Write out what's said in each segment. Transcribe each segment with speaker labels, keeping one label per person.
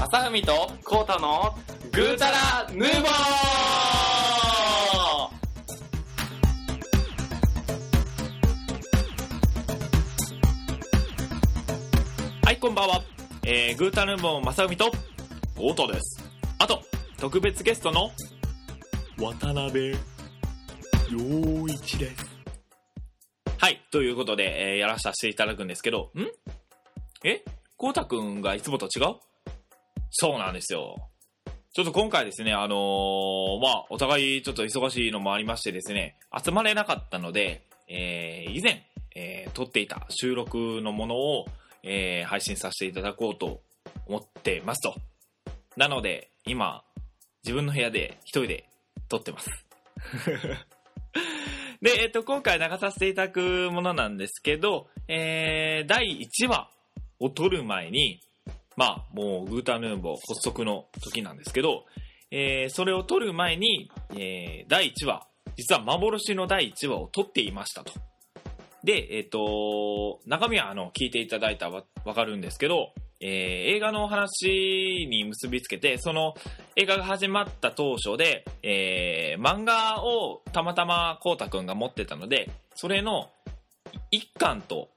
Speaker 1: 朝海とコータのグータラヌーボー
Speaker 2: はい、こんばんは。えー、グータヌーボン、まさみと、ゴートです。あと、特別ゲストの、渡辺、陽一です。はい、ということで、えー、やらさせていただくんですけど、んえゴータくんがいつもと違うそうなんですよ。ちょっと今回ですね、あのーまあ、お互いちょっと忙しいのもありましてですね、集まれなかったので、えー、以前、えー撮っていた収録のものを、えー配信させていただこうと思ってますと。なので、今、自分の部屋で一人で撮ってます。で、えっと、今回流させていただくものなんですけど、えー、第1話を撮る前に、まあ、もう、グータヌーボー発足の時なんですけど、えー、それを撮る前に、えー、第1話、実は幻の第1話を撮っていましたと。で、えっ、と、中身はあの、聞いていただいたらわわかるんですけど、えー映画のお話に結びつけて、その映画が始まった当初で、えー漫画をたまたまこうたくんが持ってたので、それの1巻と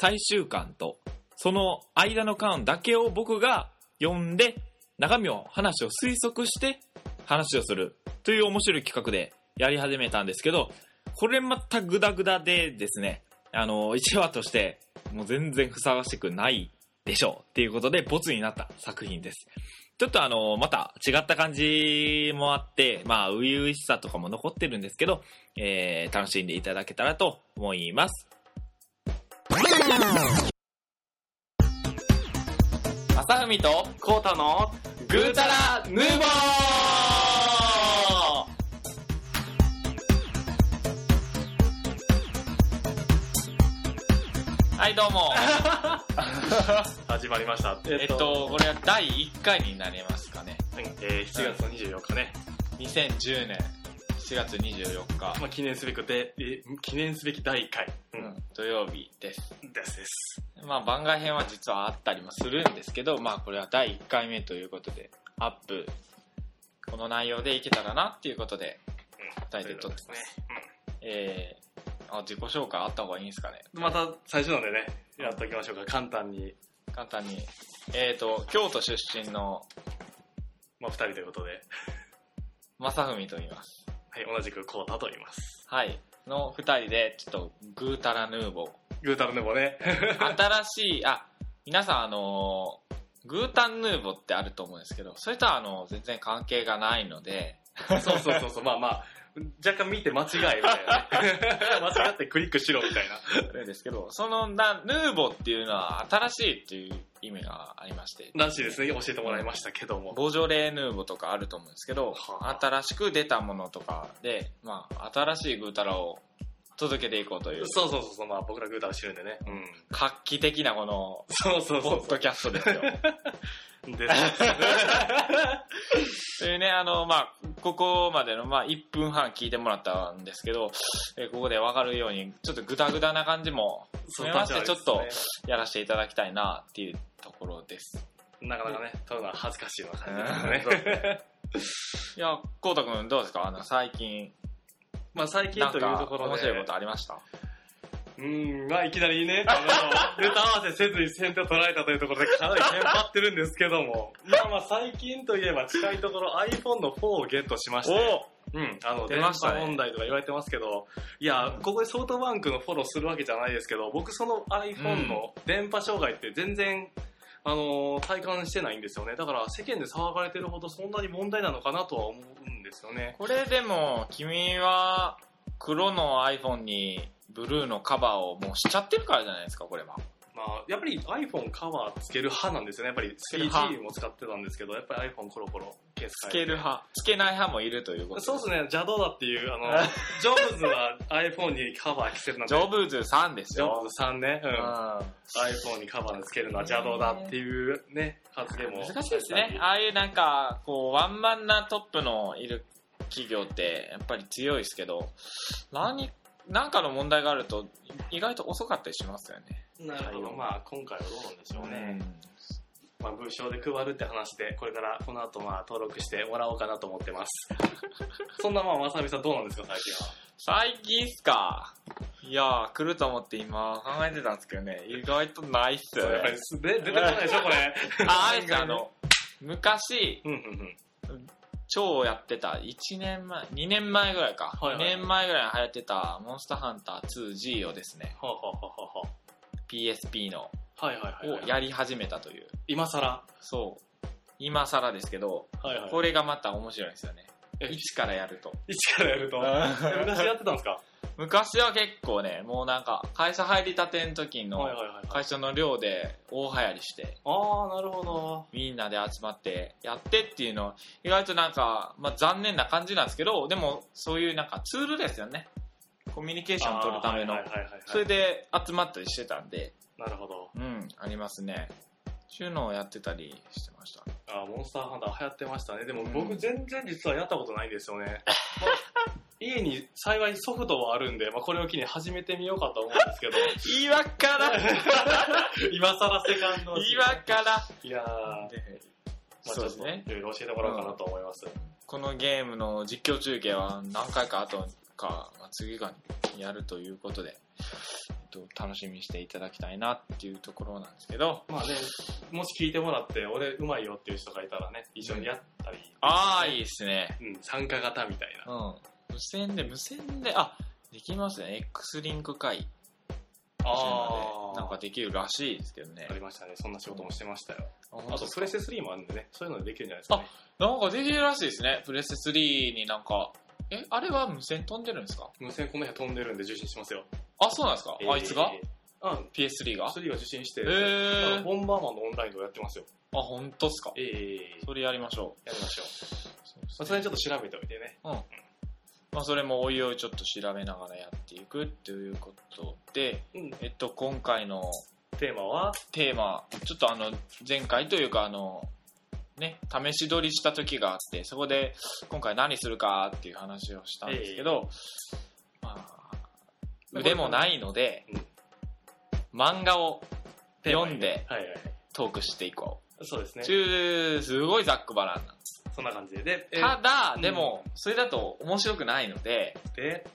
Speaker 2: 最終巻と、その間の巻だけを僕が読んで、中身を話を推測して話をするという面白い企画でやり始めたんですけど、これまたグダグダでですね、あの、1話として、もう全然ふさわしくないでしょうっていうことで、ボツになった作品です。ちょっとあの、また違った感じもあって、まあ、初々しさとかも残ってるんですけど、えー、楽しんでいただけたらと思います。
Speaker 1: 朝海とコータのグータラヌーボーはい、どうも。
Speaker 3: 始まりました。
Speaker 1: えっと、これは第1回になりますかね。
Speaker 3: はいえー、7月の24日ね、
Speaker 1: 2010年7月24日、
Speaker 3: まあ、記念すべきで、えー記念すべき第1回、う
Speaker 1: うん土曜日です。
Speaker 3: ん、ですです。。
Speaker 1: まあ番外編は実はあったりもするんですけど、まあこれは第1回目ということで、アップ、この内容でいけたらなっていうことで、大抵撮ってますえー、あ自己紹介あった方がいいんですかね。
Speaker 3: うん、また最初なんでね、やっておきましょうか、簡単に。
Speaker 1: 簡単に。えーと、京都出身の
Speaker 3: まあ、2人ということで、
Speaker 1: 正文と言います。
Speaker 3: はい、同じくコータと言います。
Speaker 1: はい。の2人で、ちょっとグータラヌーボー。
Speaker 3: グータルヌボね。
Speaker 1: 新しい、あ、皆さんあのーグータンヌーボってあると思うんですけど、それとはあの、全然関係がないので、
Speaker 3: そうそうそうそう、まあまあ、若干見て間違いみたいな、ね。 間違ってクリックしろみたいな。
Speaker 1: あれですけど、そのな、ヌーボっていうのは新しいっていう意味がありまして、
Speaker 3: らしいですね、教えてもらいましたけども。
Speaker 1: ボジョレーヌーボとかあると思うんですけど、
Speaker 3: はあ
Speaker 1: 新しく出たものとかで、まあ、新しいグータラを届けていこうという、
Speaker 3: そうそうそうそう、まあ僕らグータル知るんでね。うん。
Speaker 1: 画期的なこの、
Speaker 3: そうそう
Speaker 1: ポ
Speaker 3: そう
Speaker 1: ッドキャストですよ。
Speaker 3: そう。です。
Speaker 1: というね、あの、まあ、ここまでの、まあ、1分半聞いてもらったんですけど、えーここでわかるように、ちょっとグダグダな感じも
Speaker 3: そう
Speaker 1: 含めまして、ちょっと
Speaker 3: 立ち悪いですね
Speaker 1: やらせていただきたいな、っていうところです。
Speaker 3: なかなかね、撮るのは恥ずかしいような感じ
Speaker 1: うん
Speaker 3: ですね。
Speaker 1: いや、こうたくんどうですかあの、最近、
Speaker 3: まあ最近
Speaker 1: なん
Speaker 3: という
Speaker 1: か
Speaker 3: ところで。
Speaker 1: 面白いことありました
Speaker 3: うん、まあいきなり ね、あの、ネタ合わせせずに先手を取られたというところでかなりテンパってるんですけども。まあまあ最近といえば近いところ iPhone の4をゲットしまして。うん、あの、
Speaker 1: 出
Speaker 3: 電
Speaker 1: ました
Speaker 3: 波
Speaker 1: ね
Speaker 3: 問題とか言われてますけど、いや、ここでソフトバンクのフォローするわけじゃないですけど、僕その iPhone の電波障害って全然、あのー体感してないんですよね。だから世間で騒がれてるほどそんなに問題なのかなとは思うんですよね。
Speaker 1: これでも、君は、黒の iPhone に、ブルーのカバーをもうしちゃってるからじゃないですか、これは。
Speaker 3: まあ、やっぱり iPhone カバーつける派なんですよね。やっぱり
Speaker 1: ける派
Speaker 3: 3G も使ってたんですけど、やっぱり iPhone コロコロケース
Speaker 1: つ
Speaker 3: 変
Speaker 1: け
Speaker 3: えて
Speaker 1: る派。つけない派もいるということ
Speaker 3: そうですね、邪道だっていう、あの、ジョブズは iPhone にカバー着せるなん
Speaker 1: ジ
Speaker 3: て。
Speaker 1: ョブズさんです
Speaker 3: ジョ
Speaker 1: よ
Speaker 3: ブ。ズさんね、うん。
Speaker 1: うん
Speaker 3: iPhone にカバーつけるのは邪道だっていうね、発言も。
Speaker 1: 難しいですね。ああいうなんか、こう、ワンマンなトップのいる企業って、やっぱり強いですけど、何、なんかの問題があると、意外と遅かったりしますよね。
Speaker 3: なるほど。まあ、今回はどうなんでしょうね。まあ、文章で配るって話で、これからこの後まあ登録してもらおうかなと思ってます。 そんなまあ、まさみさんどうなんですか、最近は。
Speaker 1: 最近っすかいやー、来ると思って今考えてたんですけどね、意外とないっすよ
Speaker 3: やっぱり
Speaker 1: ね。
Speaker 3: すで出てこないでしょ、これ。
Speaker 1: あ、あれですあの、 昔、
Speaker 3: うんうんうん。
Speaker 1: 超やってた、1年前、2年前ぐらいか。
Speaker 3: はいはい
Speaker 1: 2年前ぐらいに流行ってた、モンスターハンター 2G をですね、
Speaker 3: はあ、はあはあは
Speaker 1: PSP の、
Speaker 3: あ、はいはいはい、
Speaker 1: をやり始めたという。
Speaker 3: 今更。は
Speaker 1: そう。今更ですけど、
Speaker 3: いはい。
Speaker 1: これがまた面白いんですよね。
Speaker 3: え
Speaker 1: 一からやると。
Speaker 3: 一からやると。え昔やってた んですか
Speaker 1: 昔は結構ね、もうなんか、会社入りたての時の
Speaker 3: はいはいはいはい。
Speaker 1: 会社の寮で大流行りして、
Speaker 3: ああ、なるほど。
Speaker 1: みんなで集まってやってっていうの、意外となんか、まあ残念な感じなんですけど、でもそういうなんかツールですよね。コミュニケーション取るための
Speaker 3: あーはい。はいはいはいはい
Speaker 1: それで集まったりしてたんで、
Speaker 3: なるほど。
Speaker 1: うん、ありますね。収納をやってたりしてました。
Speaker 3: あーモンスターハンター流行ってましたね。でも
Speaker 1: う
Speaker 3: 僕
Speaker 1: ん
Speaker 3: 全然実はやったことないんですよ ね。まあ家に幸いソフトはあるんで、まあ、これを機に始めてみようかと思うんですけ ど、
Speaker 1: 今から
Speaker 3: 今更セカンド。
Speaker 1: 今から
Speaker 3: いやー、まあ、ち
Speaker 1: そ
Speaker 3: ょ
Speaker 1: うで
Speaker 3: っ
Speaker 1: す
Speaker 3: と
Speaker 1: ね
Speaker 3: い。ろいろ教えてもらおうかなと思います。
Speaker 1: このゲームの実況中継は何回か後か、まあ次がやるということで、えっと、楽しみにしていただきたいなっていうところなんですけど、
Speaker 3: まあね、もし聞いてもらって、俺うまいよっていう人がいたらね、一緒にやったり、
Speaker 1: ああ、いいですね。
Speaker 3: うん、参加型みたいな。
Speaker 1: うん。無線で、無線で、あ、できますね。X リンク会
Speaker 3: ああ、
Speaker 1: なんかできるらしいですけどね
Speaker 3: あ。りましたね。そんな仕事もしてましたよ。
Speaker 1: あ
Speaker 3: あと、プレステ3もあるんでね、そういうのでできるんじゃないですかね。
Speaker 1: なんかできるらしいですね。プレステ3になんか、え、あれは無線飛んでるんですか
Speaker 3: 無線この辺飛んでるんで受信しますよ。
Speaker 1: あ、そうなんですか、あいつが
Speaker 3: えーうん、
Speaker 1: ?PS3 が
Speaker 3: 3が受信して、
Speaker 1: え
Speaker 3: あ
Speaker 1: ー。
Speaker 3: ボンバーマンのオンラインとかやってますよ。
Speaker 1: あ、本当っすか
Speaker 3: ええ
Speaker 1: それやりましょう。
Speaker 3: やりましょう。
Speaker 1: そうで
Speaker 3: ま
Speaker 1: す
Speaker 3: あ、
Speaker 1: ね
Speaker 3: それちょっと調べておいてね。
Speaker 1: まあ、それもおいおいちょっと調べながらやっていくということで、
Speaker 3: うん、
Speaker 1: えっと、今回の
Speaker 3: テーマは、
Speaker 1: テーマ、ちょっとあの、前回というか、あの、ね、試し撮りした時があって、そこで今回何するかっていう話をしたんですけど、まあ、腕もないので
Speaker 3: うん、
Speaker 1: 漫画を
Speaker 3: テーマ
Speaker 1: 読んで
Speaker 3: はいはい。
Speaker 1: トークしていこ
Speaker 3: そうです
Speaker 1: う。
Speaker 3: ね
Speaker 1: ち。ゅうすごいざっくばらんなんです。
Speaker 3: そんな感じで。で、えー
Speaker 1: ただ、
Speaker 3: うん
Speaker 1: でも、それだと面白くないので、
Speaker 3: で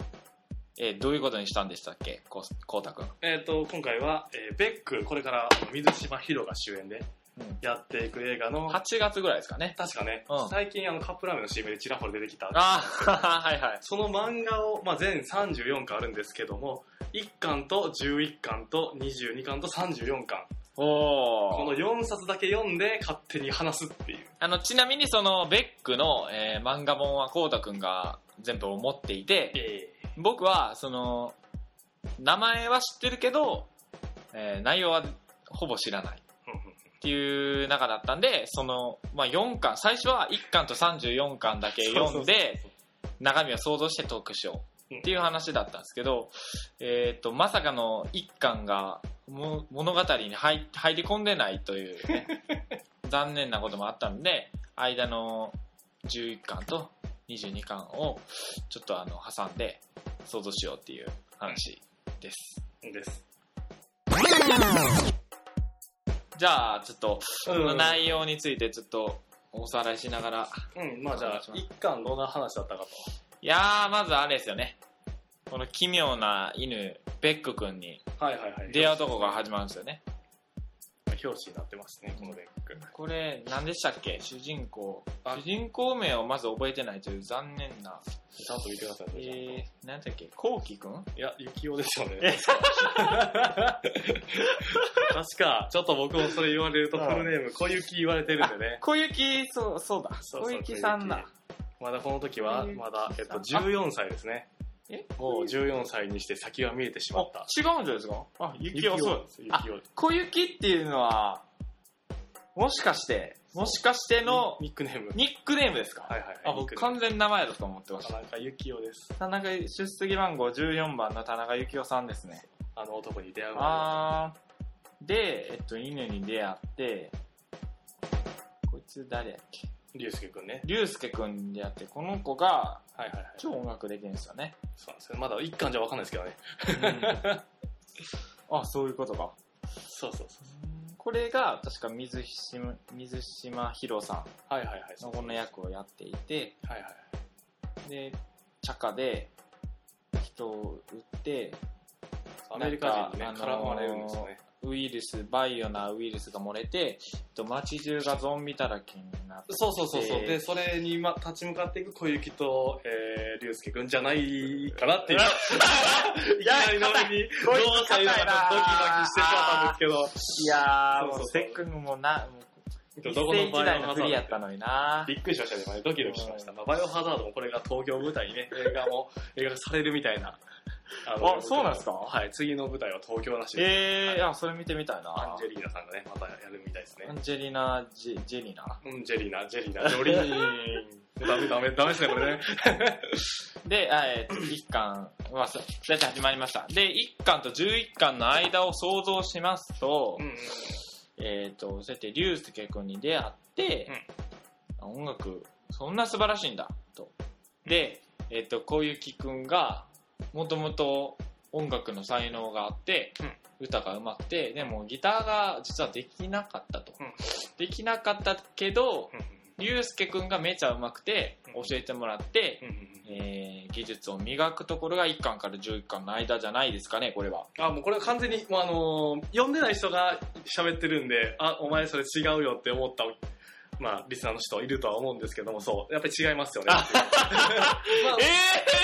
Speaker 1: えーどういうことにしたんでしたっけこう、こうたくん。
Speaker 3: えっ、と、今回は、えーベック、これから水島ヒロが主演で
Speaker 1: うん
Speaker 3: やっていく映画の、
Speaker 1: 8月ぐらいですかね。
Speaker 3: 確かね、
Speaker 1: うん
Speaker 3: 最近あのカップラーメンの CM でちらほら出てきた。
Speaker 1: ああ、はいはい。
Speaker 3: その漫画を、まあ、全34巻あるんですけども、1巻と11巻と22巻と34巻。こ
Speaker 1: お
Speaker 3: の
Speaker 1: ー
Speaker 3: 4冊だけ読んで勝手に話すっていう。
Speaker 1: あの、ちなみにその、ベックの、えー漫画本はこうたくんが全部を持っていて、
Speaker 3: え
Speaker 1: 僕は、その、名前は知ってるけど、えー内容はほぼ知らない。っていう中だったんで、その、まあ、4巻、最初は1巻と34巻だけ読んで、中身を想像してトークしようっていう話だったんですけど、えっ、と、まさかの一巻がも物語に入入り込んでないというね、 残念なこともあったんで、間の11巻と22巻をちょっとあの挟んで想像しようっていう話です。
Speaker 3: です。
Speaker 1: じゃあ、ちょっと、
Speaker 3: う
Speaker 1: この
Speaker 3: ん、
Speaker 1: 内容についてちょっとおさらいしながら、
Speaker 3: うん、まあじゃあ、一巻どんな話だったかと。
Speaker 1: いやー、まずあれですよね。この奇妙な犬、ベック君に
Speaker 3: はいはいはい。
Speaker 1: 出会うとこが始まるんですよね。
Speaker 3: 表紙になってますね、このレック。
Speaker 1: これ何でしたっけ主人公
Speaker 3: あ
Speaker 1: 主人公名をまず覚えてないという残念な
Speaker 3: ちゃんと見てくださいね、ちゃんと。
Speaker 1: えー、何だっけこうきくん
Speaker 3: いや、幸男ですよね。確か、ちょっと僕もそれ言われるとフルネーム、小雪言われてるんでね。
Speaker 1: 小雪そうそうだ
Speaker 3: そうそう
Speaker 1: 小雪さんだ
Speaker 3: まだこの時は
Speaker 1: 小、雪
Speaker 3: まだ、えっと、14歳ですね。
Speaker 1: え
Speaker 3: もう
Speaker 1: じ
Speaker 3: 14歳にして先が見えてしまった。
Speaker 1: 違うんじゃないですかあ雪
Speaker 3: を
Speaker 1: 遅い
Speaker 3: 雪
Speaker 1: あ
Speaker 3: を
Speaker 1: 小雪っていうのはもしかしてもしかしての
Speaker 3: ニックネーム。
Speaker 1: ニックネームですか、
Speaker 3: はいはいはい。
Speaker 1: あ
Speaker 3: ニッ
Speaker 1: 僕
Speaker 3: クネーム
Speaker 1: 完全に名前だと思ってまし
Speaker 3: 田
Speaker 1: た
Speaker 3: 中幸男です。
Speaker 1: 田中出席番号14番の田中幸雄さんですね
Speaker 3: あの男に出会うま
Speaker 1: あーで、えっと、犬に出会って、こいつ誰やっけ
Speaker 3: で。竜介くんね。
Speaker 1: 竜介くんに出会って、この子が
Speaker 3: はいはいはい。
Speaker 1: 超音楽できるんですよね。
Speaker 3: そうなんですよまだ一巻じゃわかんないですけどね。
Speaker 1: あ、そういうことか。
Speaker 3: そうそうそう。
Speaker 1: うんこれが確か水島水島ひろさ
Speaker 3: はいはいはい
Speaker 1: んのこの役をやっていて
Speaker 3: はいはい
Speaker 1: で茶化で人を撃って
Speaker 3: アメリカ人にね
Speaker 1: なんか
Speaker 3: 絡まれるんですよね
Speaker 1: ウイルスバイオなウイルスが漏れてと街中がゾンビだらけになって
Speaker 3: そうそうそうそう
Speaker 1: えー
Speaker 3: でそれにま立ち向かっていく小雪とえー龍介くんじゃないかなっていういきなりの俺にどう
Speaker 1: 硬い
Speaker 3: したらいいのかドキドキしてしまったんですけど
Speaker 1: いやー
Speaker 3: そうそう
Speaker 1: もう
Speaker 3: そう
Speaker 1: せっかくもうなもう
Speaker 3: ど
Speaker 1: 一
Speaker 3: こ
Speaker 1: 世
Speaker 3: の
Speaker 1: 一
Speaker 3: バイ
Speaker 1: 代
Speaker 3: オ
Speaker 1: の
Speaker 3: ハ
Speaker 1: フ
Speaker 3: ザ
Speaker 1: リや
Speaker 3: ー
Speaker 1: っ
Speaker 3: ド
Speaker 1: たのにな
Speaker 3: びっくりしましたね、まあドキドキしました。まあ、バイオハザードもこれが東京を舞台にね、映画 も、映画がされるみたいな。あ
Speaker 1: あそうなんですか
Speaker 3: はい、次の舞台は東京らしいです。
Speaker 1: えー、いやそれ見てみたい
Speaker 3: ア
Speaker 1: な
Speaker 3: ンジェリーナさんがね、またやるみたいですね
Speaker 1: ア。ンジェリーナ・ジェジェリーナ
Speaker 3: うん、ジェリーナ、ジェリーナ、ジョリー ン。ダメダメ、ダメですね、これね。
Speaker 1: で、あえー、1巻はそう大体始まりましたで1巻と11巻の間を想像しますと、
Speaker 3: うん、
Speaker 1: えっ、とそうやって竜介君に出会って、あ音楽そんな素晴らしいんだとで、えっと小雪君がもともと音楽の才能があって、歌がうまくてでもギターが実はできなかったと、
Speaker 3: うん
Speaker 1: できなかったけど
Speaker 3: う
Speaker 1: 竜介君がめちゃうまくて
Speaker 3: うん
Speaker 1: 教えてもらって、
Speaker 3: ん、うん。
Speaker 1: えー技術を磨くところが1巻から11巻の間じゃないですかねこれは
Speaker 3: あ、もうこれは完全に、もうあのー読んでない人が喋ってるんで、あ、お前それ違うよって思った、まあ、リスナーの人いるとは思うんですけども、そう、やっぱり違いますよね。まあ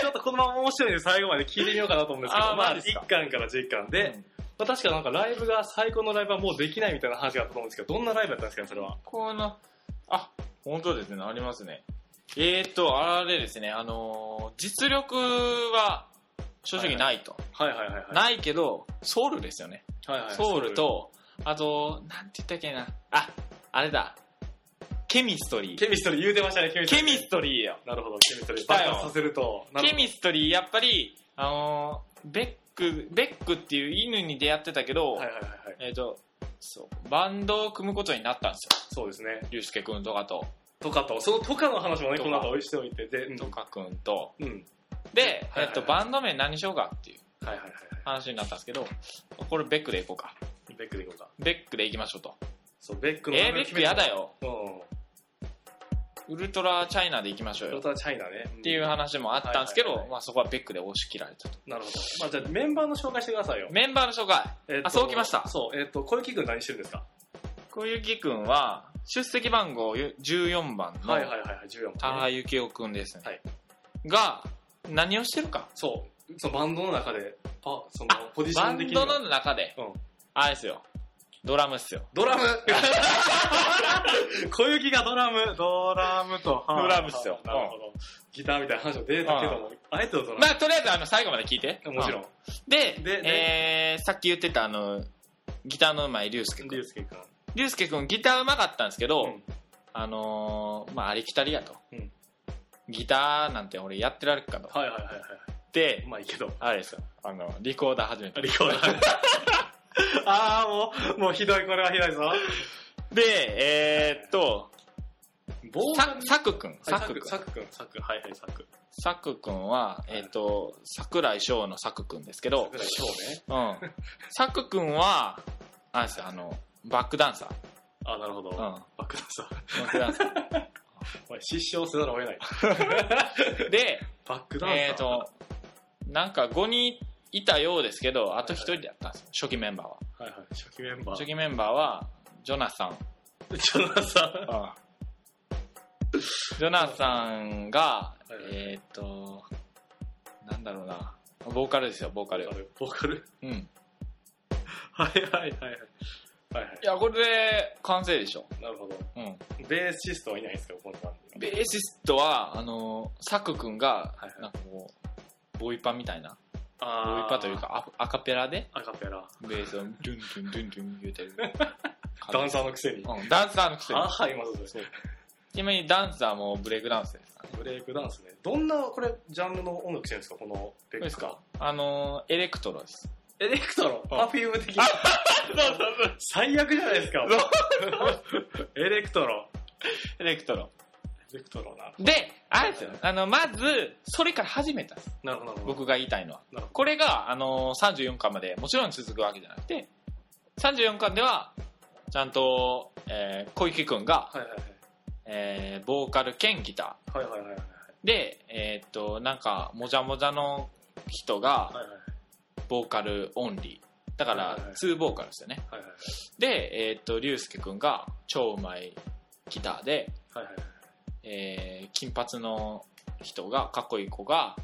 Speaker 3: ちょっとこのまま面白いんで最後まで聞いてみようかなと思うんですけど、
Speaker 1: あー
Speaker 3: ま
Speaker 1: マ
Speaker 3: あ
Speaker 1: ジっす
Speaker 3: 1
Speaker 1: か
Speaker 3: 巻から11巻
Speaker 1: え
Speaker 3: で、まあ、確かなんかライブが、最高のライブはもうできないみたいな話があったと思うんですけど、どんなライブだったんですかね、それは。
Speaker 1: この、あ、本当ですね、ありますね。えーと、あれですね、あのー実力は正直ないと。
Speaker 3: はいはいはいはい。
Speaker 1: ないけど、ソウルですよね。
Speaker 3: はいはい、
Speaker 1: ソウル、と、あと、なんて言ったっけな。あ、あれだ。ケミストリー。
Speaker 3: ケミストリー言うてましたね、ケミストリ
Speaker 1: ケ
Speaker 3: ー。
Speaker 1: ミストリーよ。
Speaker 3: なるほど、ケミストリー。
Speaker 1: 来たよ
Speaker 3: 爆発させると。なる
Speaker 1: ケ
Speaker 3: ほど
Speaker 1: ミストリー、やっぱり、あのーベック、ベックっていう犬に出会ってたけど、
Speaker 3: はいはいはいはい。
Speaker 1: えーと、そう、バンドを組むことになったんです
Speaker 3: そ
Speaker 1: よ。
Speaker 3: うですね。
Speaker 1: ゆうすけくんとかと、
Speaker 3: トカと、そのトカの話もね、
Speaker 1: ト
Speaker 3: こ
Speaker 1: カ
Speaker 3: の後しておいて、で、うん
Speaker 1: とかくんと、
Speaker 3: うん。
Speaker 1: で、
Speaker 3: はいはいはい
Speaker 1: えっと、バンド名何しようかっていう
Speaker 3: はいはいはいは
Speaker 1: 話になったんですけど、これベックでいこうか。
Speaker 3: い。ベックでいこうか。
Speaker 1: ベックでいきましょうと。
Speaker 3: そう、ベックの
Speaker 1: えー、ベックやだ
Speaker 3: よ。
Speaker 1: よ。
Speaker 3: うん。
Speaker 1: ウルトラチャイナでいきましょう
Speaker 3: ト
Speaker 1: よ。
Speaker 3: タはチャイナね。
Speaker 1: っていう話もあったんですけ
Speaker 3: はいはい
Speaker 1: ど
Speaker 3: は、い
Speaker 1: まあそこはベックで押し切られたと。
Speaker 3: なるほど。まあじゃあメンバーの紹介してくださいよ。
Speaker 1: メンバーの紹介。
Speaker 3: えっと
Speaker 1: あそうきました
Speaker 3: そう、えっ、と、小雪君何してるんですか
Speaker 1: 小雪くんは、出席番号14番の
Speaker 3: はいはいはいはい、14
Speaker 1: 田
Speaker 3: 番、ね。
Speaker 1: 原幸雄くんですね。
Speaker 3: はい
Speaker 1: が、何をしてるか。
Speaker 3: そう、そのバンドの中で、あ、そのポジショ
Speaker 1: バ
Speaker 3: ン的
Speaker 1: ン
Speaker 3: に
Speaker 1: ド
Speaker 3: は。
Speaker 1: の中で、
Speaker 3: うん
Speaker 1: あれですよ。ドラムっすよ。
Speaker 3: ドラム 小雪がドラム、ドラムと、
Speaker 1: ドラムっすよ
Speaker 3: なるほど。ギターみたいな話も出たけども、あえてのドラ
Speaker 1: まあとりあえずあの最後まで聞いて。
Speaker 3: ム。もちろ。
Speaker 1: うんで
Speaker 3: でで
Speaker 1: えーさっき言ってたあのギターのうまい竜介
Speaker 3: りゅう
Speaker 1: 君
Speaker 3: すけくん。
Speaker 1: 竜介君ギターうまかったんですけど、
Speaker 3: うん
Speaker 1: あのーまあありきたりやと、
Speaker 3: うん
Speaker 1: ギターなんて俺やってられっかと
Speaker 3: はいはいはいはい。
Speaker 1: で
Speaker 3: うまいけど。
Speaker 1: あれですよあのリコーダー始め
Speaker 3: あ
Speaker 1: た
Speaker 3: りこうだ。 あーもう、もうひどい、これはひどいぞ。
Speaker 1: でえーっと
Speaker 3: ボ
Speaker 1: ささく君
Speaker 3: サ
Speaker 1: さく
Speaker 3: ク
Speaker 1: 君
Speaker 3: サクくん、サク、はいはい、サク。
Speaker 1: さく君はえーっと桜井翔のさく君ですけど
Speaker 3: 桜井翔ね。
Speaker 1: うんさく君はあれですよあのバックダンサー
Speaker 3: あ、なるほど。
Speaker 1: うん
Speaker 3: バ
Speaker 1: バ
Speaker 3: ックダンサー。
Speaker 1: ックダンサー
Speaker 3: おい失笑せざるを得ない。
Speaker 1: で
Speaker 3: バックダンサー。
Speaker 1: えー、と、なんか5人いたようですけど、あと1人だったんですよ、初期メンバーは。
Speaker 3: はいはい、初期メンバー。
Speaker 1: 初期メンバーは、ジョナサン。
Speaker 3: ジョナサン。
Speaker 1: ジョナサンが
Speaker 3: いはい、
Speaker 1: えっ、と、なんだろうな、ボーカルですよ、ボーカル。
Speaker 3: ボーカル
Speaker 1: うん。い
Speaker 3: はいはいはいはい。はいはい。
Speaker 1: や、これで完成でしょ。
Speaker 3: なるほど。
Speaker 1: うん。
Speaker 3: ベーシストはいないんですか、このバンドに
Speaker 1: ベーシストは、あの、サク君が
Speaker 3: はいは、い
Speaker 1: なんかこう、ボイパみたいな、ボ
Speaker 3: あ
Speaker 1: イパという。か、アアカペラで、
Speaker 3: アカペラ。
Speaker 1: ベースをドゥンドゥンドゥンドゥン言 うてる。
Speaker 3: ダンサーのくせに。
Speaker 1: うん、ダンサーのくせに
Speaker 3: あ、。はい、まずです。
Speaker 1: ちなみにダンサーもブレイクダンスですからね。
Speaker 3: ブレイクダンスね。どんな、これ、ジャンルの音楽してるんですか、このベ
Speaker 1: どう
Speaker 3: ッ
Speaker 1: で
Speaker 3: ク
Speaker 1: す
Speaker 3: か
Speaker 1: か。あのーエレクトロです。
Speaker 3: エレクトロパフューム的な。最悪じゃないですか。エレクトロ。
Speaker 1: エレクトロ。
Speaker 3: エレクトロな。
Speaker 1: で、あれですよ。あの、まず、それから始めたんです。
Speaker 3: なるほど、なるほど。
Speaker 1: 僕が言いたいのは
Speaker 3: なるほ。ど
Speaker 1: これが、あのー、34巻までもちろん続くわけじゃなくて、34巻では、ちゃんと、えー小池くんが、
Speaker 3: はいはい
Speaker 1: えーボーカル兼ギタ
Speaker 3: はいはいはいはいはい
Speaker 1: ーでえーっとなんかもじゃもじゃの人が
Speaker 3: はいはい
Speaker 1: ボーカルオンリーだか
Speaker 3: は
Speaker 1: ら
Speaker 3: いはい
Speaker 1: ツーボーカルですよね
Speaker 3: はいはい
Speaker 1: でえーっと龍介くんが超うまいギターで、
Speaker 3: はいはい
Speaker 1: えー金髪の人がかっこいい子が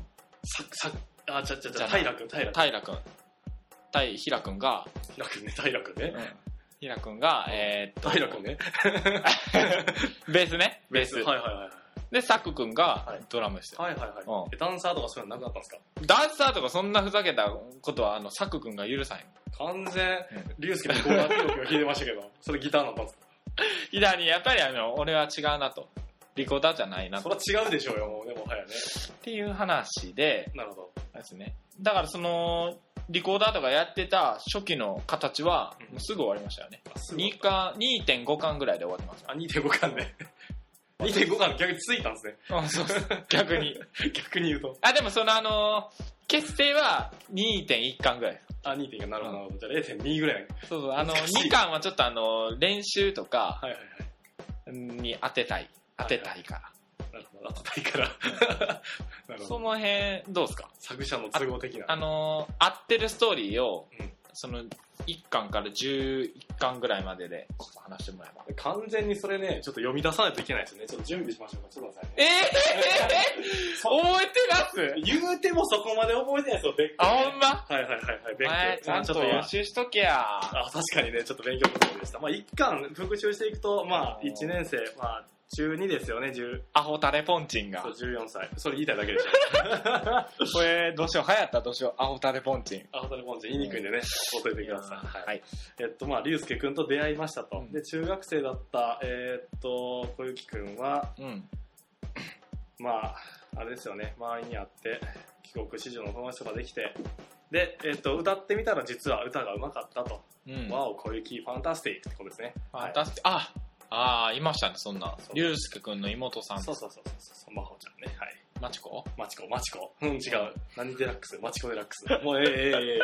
Speaker 3: ささあちゃちゃち
Speaker 1: じゃ
Speaker 3: ゃ
Speaker 1: ない
Speaker 3: 平君平君
Speaker 1: 平くん対平くんが、
Speaker 3: 平君ね平君ね
Speaker 1: 平くんが、えーっと
Speaker 3: 平君ね
Speaker 1: ベースねベース
Speaker 3: はいはいはいはい
Speaker 1: でサクくんが
Speaker 3: はい
Speaker 1: ドラムですよ、
Speaker 3: はいはいは
Speaker 1: う
Speaker 3: いえダンサーとかそういうのなくなったんですか
Speaker 1: ダンサーとかそんなふざけたことはあのサクくんが許さんよ
Speaker 3: 完全龍介のコーラー記録が消えましたけどそれギターのパーツ
Speaker 1: いややっぱりあの俺は違うなとリコーダーじゃないな
Speaker 3: そ
Speaker 1: と
Speaker 3: れは違うでしょうよもうねもはやね
Speaker 1: っていう話で
Speaker 3: なるほど
Speaker 1: です、ね、だからそのリコーダーとかやってた初期の形は
Speaker 3: うん
Speaker 1: もうすぐ終わりましたよね、
Speaker 3: あすごい
Speaker 1: 二巻2.5巻ぐらいで終わってます
Speaker 3: あ2.5巻 で2.5巻逆についたんですね
Speaker 1: あそうそう逆に
Speaker 3: 逆に言うと
Speaker 1: あでもそのあの結成は2.1巻ぐらい
Speaker 3: あ2.5なるほどなるほどじゃあ0.2ぐらい
Speaker 1: そうそうあの
Speaker 3: 難しい
Speaker 1: 2巻はちょっとあの練習とか
Speaker 3: はいはいはい
Speaker 1: に当てたい当てたいか
Speaker 3: な
Speaker 1: ら、
Speaker 3: るほどあとないから なるほ
Speaker 1: そ
Speaker 3: ど
Speaker 1: の辺どうですか
Speaker 3: 作者の都合的な
Speaker 1: あのー合ってるストーリーを、
Speaker 3: うん
Speaker 1: その1巻から11巻ぐらいまででちょっと話してもらえば
Speaker 3: 完全にそれね、ちょっと読み出さないといけないですよね。ちょっと準備しましょうか。ちょっと待ってく
Speaker 1: え
Speaker 3: だ
Speaker 1: ー、
Speaker 3: さいね。そう
Speaker 1: 覚えてます
Speaker 3: 言うてもそこまで覚えてないですよ、ベック、
Speaker 1: あほんま
Speaker 3: はいはいはいはい、
Speaker 1: お
Speaker 3: ベッ
Speaker 1: 前
Speaker 3: ク。
Speaker 1: ちゃん
Speaker 3: ちょ
Speaker 1: と
Speaker 3: っと
Speaker 1: 予
Speaker 3: や
Speaker 1: 習しとけや
Speaker 3: あ、確かにね、ちょっと勉強不足でした。まあ、一巻復習していくと、まあ、1年生、まあ、中2ですよね、10
Speaker 1: アホタレポンチンが
Speaker 3: そう14歳。それ言いたいだけでしょ。
Speaker 1: これどうしよう流行ったらどうしようアホタレポンチン
Speaker 3: アホタルポンチ言いにくいんでね、覚えてください。
Speaker 1: は
Speaker 3: はいい。えっと、まあ、龍介くんと出会いましたと。
Speaker 1: うん
Speaker 3: で、中学生だった、えーっと、小雪くんは、
Speaker 1: うん
Speaker 3: まあ、あれですよね、周りにあって、帰国子女の友達とかできて、で、えっと、歌ってみたら実は歌が上手かったと。
Speaker 1: うん
Speaker 3: わお、小雪、ファンタスティックってことですね。
Speaker 1: あだってああーいましたねそんな
Speaker 3: そう
Speaker 1: 龍介くんの妹さん
Speaker 3: そうそうそうそうそう、まほちゃんね。はい。
Speaker 1: マチコ
Speaker 3: マチコ、マチコ。うん、違う。何デラックスマチコデラックス。もう、えええええ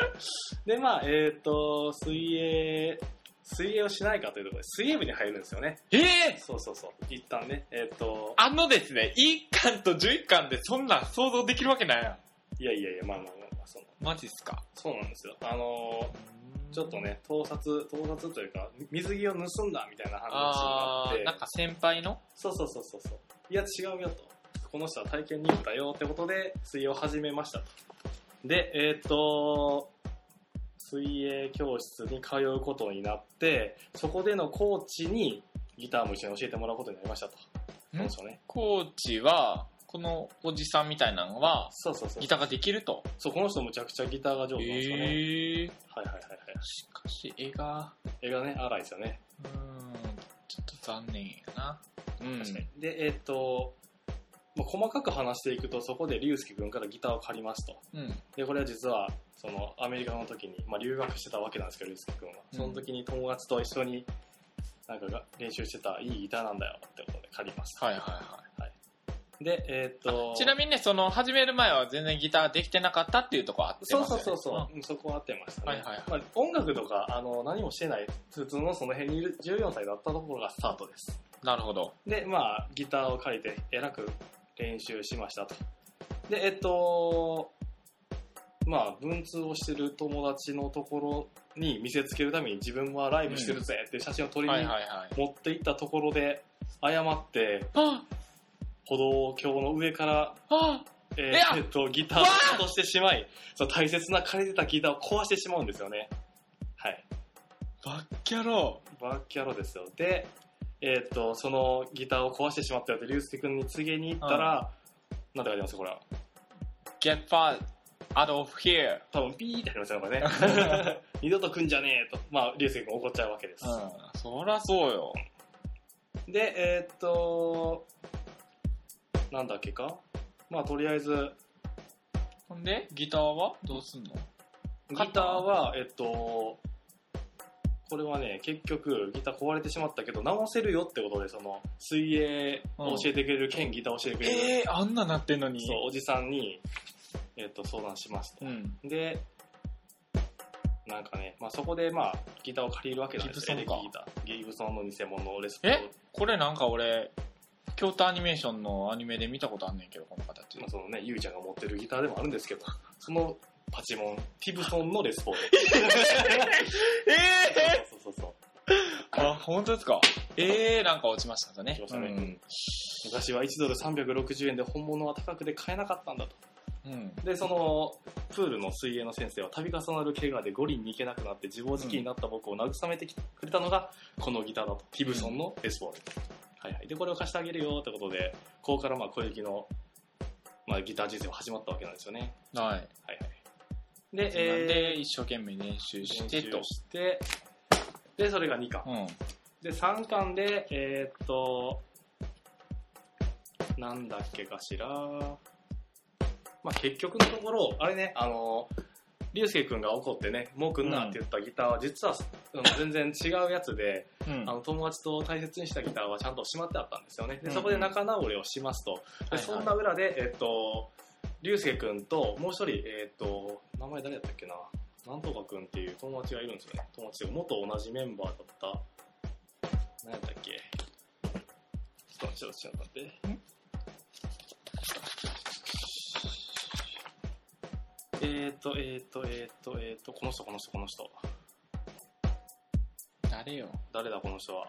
Speaker 3: えで、まあ、えっと、水泳、水泳をしないかというところで、水泳部に入るんですよね。
Speaker 1: ええ
Speaker 3: そうそうそう。一旦ね、えっと、
Speaker 1: あのですね1巻と11巻でそんなん想像できるわけないやん
Speaker 3: いやいやいや、まあまあまあまあ、その、
Speaker 1: マジっすか
Speaker 3: そうなんですよ。あのー、ちょっとね、盗撮、盗撮というか、水着を盗んだみたいな話があ
Speaker 1: あ
Speaker 3: っ
Speaker 1: ー
Speaker 3: て、
Speaker 1: なんか先輩の
Speaker 3: そうそうそうそうそう。いや、違うよと。この人は体験に行ったよってことで、水泳を始めましたと。で、えーっと、水泳教室に通うことになって、そこでのコーチにギターも一緒に教えてもらうことになりましたと。
Speaker 1: ん
Speaker 3: この人ね。
Speaker 1: コーチはこのおじさんみたいなのは
Speaker 3: そうそうそう
Speaker 1: ギ。ターができると
Speaker 3: そう、この人むちゃくちゃギターが上手なんですよね。
Speaker 1: ええ
Speaker 3: はいはいはいはい。
Speaker 1: しかし絵が
Speaker 3: 映画ね、荒いですよね。
Speaker 1: うーんちょっと残念やなうん
Speaker 3: 確かに。で、えーっと、まあ、細かく話していくと、そこで龍介君からギターを借りますと。
Speaker 1: うん
Speaker 3: で、これは実は、その、アメリカの時に、まあ、留学してたわけなんですけど、龍介君は。
Speaker 1: うん
Speaker 3: その時に友達と一緒に、なんかが練習してた、いいギターなんだよってことで借りました。
Speaker 1: はいはいは
Speaker 3: で、えーっと
Speaker 1: い、ちなみにねその始める前は全然ギターできてなかったっていうところあって
Speaker 3: そう
Speaker 1: ます
Speaker 3: そうそ
Speaker 1: よね
Speaker 3: うそう、うん、そこは合ってましたね。
Speaker 1: はいはいはい
Speaker 3: まあ、音楽とか、あの、何もしてない、普通のその辺にいる14歳だったところがスタートです。
Speaker 1: うんなるほど
Speaker 3: で、まあ、ギターを借りて、えらく練習しましたと。で、えっと、まあ、文通をしてる友達のところに見せつけるために自分はライブしてるぜって写真を撮りに
Speaker 1: はいはいはい
Speaker 3: 持って行ったところで、誤って
Speaker 1: あ
Speaker 3: 歩道橋の上から、
Speaker 1: あ
Speaker 3: え
Speaker 1: いや
Speaker 3: ーえっと、ギターを落としてしまい、その大切な借りてたギターを壊してしまうんですよね。はい。
Speaker 1: バッキャロ
Speaker 3: バーキャロですよ。で、えーっと、そのギターを壊してしまったよって、竜介くんに告げに行ったら、なんて書いてますこれは。
Speaker 1: ー Get far out of here
Speaker 3: 多分ピーって入りますよね、これね。 二度と来んじゃねえと。まあ、竜介くん怒っちゃうわけです。
Speaker 1: うんそりゃそうよ
Speaker 3: で、えーっと、なんだっけかまあ、とりあえず、
Speaker 1: ほんでギターはどうすんの
Speaker 3: ギ
Speaker 1: 買った
Speaker 3: ターは、えっと、これはね、結局、ギター壊れてしまったけど、直せるよってことで、その、水泳を教えてくれる、兼ギターを教えてくれる、
Speaker 1: えー、あんななってんのに
Speaker 3: そう、おじさんに、えっと、相談しますと。
Speaker 1: うん
Speaker 3: で、なんかね、まあ、そこでまあギターを借りるわけなんです
Speaker 1: ギ
Speaker 3: ね
Speaker 1: ブソンか
Speaker 3: ギターギブソンの偽物のレスプ
Speaker 1: えこれなんか俺京都アニメーションのアニメで見たことあんねんけどこの形
Speaker 3: まあ、そのねゆうちゃんが持ってるギターでもあるんですけど そのパチモンギブソンのレスポール
Speaker 1: え
Speaker 3: そうそうそう
Speaker 1: あ本当ですかええー、なんか落ちましたね
Speaker 3: 落ちましたね
Speaker 1: うん
Speaker 3: 昔は1ドル360円で本物は高くて買えなかったんだと
Speaker 1: うん、
Speaker 3: でそのプールの水泳の先生は度重なる怪我で五輪に行けなくなって自暴自棄になった僕を慰めてきてくれたのがこのギターだとギブソンのベースボール、はいはい、でこれを貸してあげるよってことでここからまあ小雪の、まあ、ギター人生は始まったわけなんですよね
Speaker 1: はい
Speaker 3: はいはいで,、
Speaker 1: で
Speaker 3: え
Speaker 1: 一生懸命練習
Speaker 3: ー、
Speaker 1: し
Speaker 3: してて
Speaker 1: と
Speaker 3: としてでそれが2巻
Speaker 1: うん
Speaker 3: で3巻でえーっとなんだっけかしらまあ結局のところあれねあの竜介君が怒ってね「もう来んな」って言ったギターは実は、あの全然違うやつで
Speaker 1: うん
Speaker 3: あの友達と大切にしたギターはちゃんとしまってあったんですよね
Speaker 1: うんう
Speaker 3: で
Speaker 1: ん
Speaker 3: そこで仲直りをしますと
Speaker 1: はいは
Speaker 3: で
Speaker 1: い
Speaker 3: そんな裏でえーっと竜介君ともう一人えーっと名前誰やったっけななんとか君っていう友達がいるんですよね友達が元同じメンバーだった何やったっけちょっとちょっとちょっと待ってえーっとえーっとえーっとえーっとこの人この人この人
Speaker 1: 誰よ
Speaker 3: 誰だこの人は。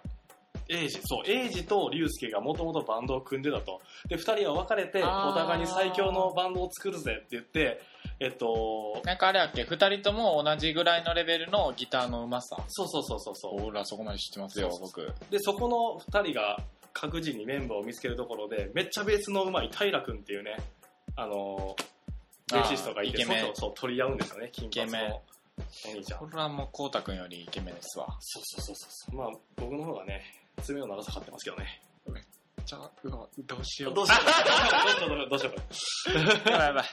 Speaker 3: エイジ、そう、エイジとリュウスケがもともとバンドを組んでたと。で、二人は別れて、
Speaker 1: あー
Speaker 3: お互いに最強のバンドを作るぜって言って、えっと、
Speaker 1: なんかあれやっけ2人とも同じぐらいのレベルのギターのうまさ
Speaker 3: そうそうそうそうそう。
Speaker 1: ほらそこまで知ってますよ
Speaker 3: そう
Speaker 1: 僕
Speaker 3: で、そこの二人が各自にメンバーを見つけるところで、めっちゃベースの上手い平君っていうね、あのー、ベーシストがい
Speaker 1: あー
Speaker 3: て、
Speaker 1: イケメン
Speaker 3: そうそう取り合うんですよね、金髪
Speaker 1: イケメン
Speaker 3: のお兄ちゃん。
Speaker 1: これはもうこうたくんよりイケメンですわ
Speaker 3: そうそうそうそう。まあ、僕の方がね、爪の長さかってますけどね。
Speaker 1: じゃあうわど
Speaker 3: ど
Speaker 1: うし
Speaker 3: うしよう どうしようどうしようどうしよう。
Speaker 1: や ばいやばい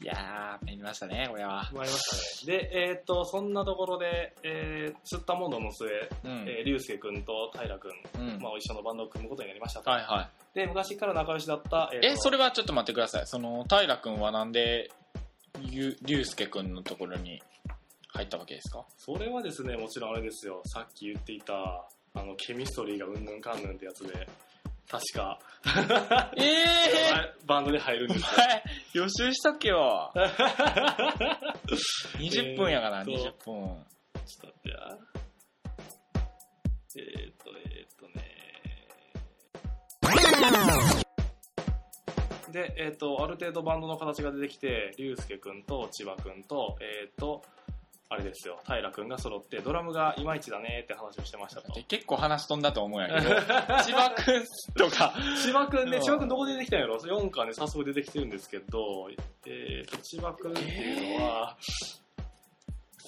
Speaker 1: いやー参りましたねこれは
Speaker 3: まりましたね。で、えーっと、そんなところで、えー、釣ったものの末、
Speaker 1: うん、
Speaker 3: えー、竜介くんと平くん、
Speaker 1: うん
Speaker 3: まあ、一緒のバンドを組むことになりましたと。
Speaker 1: はいはい
Speaker 3: で、昔から仲良しだった、えーっと
Speaker 1: えそれはちょっと待ってくださいその平君はなんでゆ竜介君のところに入ったわけですか
Speaker 3: それはですね、もちろんあれですよ、さっき言っていた、あの、ケミストリーがうんぬんかんぬんってやつで、確か、
Speaker 1: ええ
Speaker 3: バンドに入るんですよ。
Speaker 1: ー、前予習したっけ よ20分やから、
Speaker 3: えーっと
Speaker 1: 20分
Speaker 3: ちょっと待ってや。えー、っと、えー、っとねで、えーっと、ある程度バンドの形が出てきて、竜介くんと千葉くんと、えーっと、あれですよ、平くんが揃って、ドラムがいまいちだねって話をしてましたと。
Speaker 1: で結構話飛んだと思うんやけど千葉君とか
Speaker 3: 千葉くん
Speaker 1: う
Speaker 3: ね、
Speaker 1: ん
Speaker 3: 千葉くんどこで出てきたんやろ ?4 巻で早速出てきてるんですけど、えーっと、千葉くんっていうのは、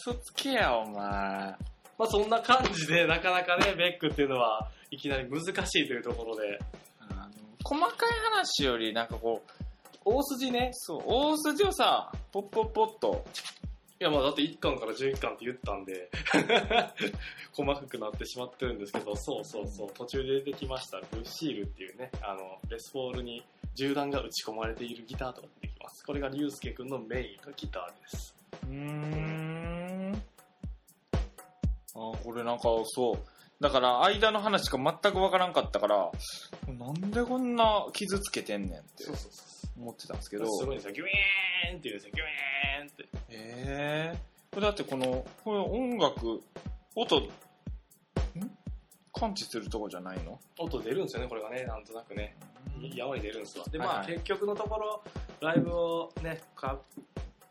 Speaker 1: 嘘つけやお前
Speaker 3: まあそんな感じで、なかなかね、ベックっていうのは、いきなり難しいというところで、
Speaker 1: あの細かい話よりなんかこう
Speaker 3: 大筋ね。
Speaker 1: そう大筋をさポッポッポッと
Speaker 3: いや、まあだって1巻から11巻って言ったんで、 細かくなってしまってるんですけど、そうそうそう、途中で出てきました、ブシールっていうね、あの、レスポールに銃弾が打ち込まれているギターとか出てきます。これが竜介くんのメインのギターです。
Speaker 1: うんあーこれなんかそうだから間の話が全くわからんかったからなんでこんな傷つけてんねんって
Speaker 3: そうそ
Speaker 1: 思ってたんですけ
Speaker 3: う
Speaker 1: ど
Speaker 3: すごいんですよ、ギュイーンっていうんですよ、ギュイーンって。
Speaker 1: ええこれだってこのこれ音楽音ん感知するとこじゃないの
Speaker 3: 音出るんですよね、これがね、なんとなくね。やばい出るんですわ。で、まあ、
Speaker 1: はいはい
Speaker 3: 結局のところ、ライブをね、か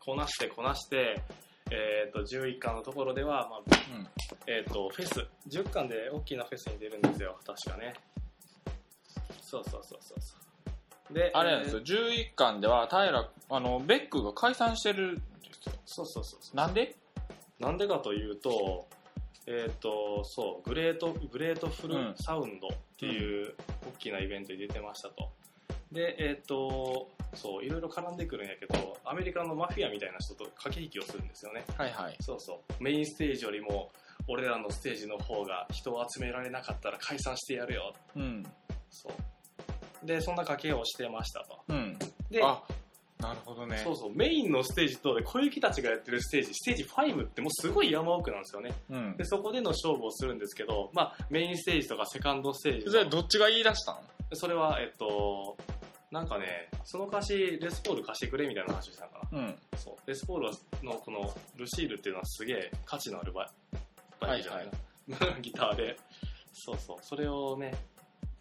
Speaker 3: こなしてこなして、えっ、と、11巻のところでは、まあ、
Speaker 1: うん
Speaker 3: えっ、と、フェス、10巻で大きなフェスに出るんですよ、確かね。そうそうそうそうそう。で、
Speaker 1: あれなんです
Speaker 3: え
Speaker 1: よ、
Speaker 3: ー
Speaker 1: 11巻では平あのベックが解散してるんですよ
Speaker 3: そうそうそうそう。
Speaker 1: なんで
Speaker 3: なんでかというと、えっ、と、そう、グレート、グレートフ
Speaker 1: う
Speaker 3: ル
Speaker 1: ん
Speaker 3: サウンドっていう大きなイベントに出てましたと。で、えっ、と、そう、いろいろ絡んでくるんやけど、アメリカのマフィアみたいな人と駆け引きをするんですよね。
Speaker 1: はいはい
Speaker 3: そうそう。メインステージよりも、俺らのステージの方が人を集められなかったら解散してやるよ。
Speaker 1: うん
Speaker 3: そう。で、そんな賭けをしてましたと。
Speaker 1: うん
Speaker 3: で、
Speaker 1: あなるほどね
Speaker 3: そうそう、メインのステージと、で小雪たちがやってるステージ、ステージ5ってもうすごい山奥なんですよね。
Speaker 1: うん
Speaker 3: で、そこでの勝負をするんですけど、まあ、メインステージとかセカンドステージ
Speaker 1: それ
Speaker 3: と
Speaker 1: は
Speaker 3: か
Speaker 1: どっちが言い出したの
Speaker 3: それは、えっと、なんかね、その歌詞、レスポール貸してくれみたいな話をしたのか
Speaker 1: うん
Speaker 3: な。そう。レスポールのこの、ルシールっていうのはすげえ価値のあるバイバイクじゃないな。 ギターで。そうそう。それをね、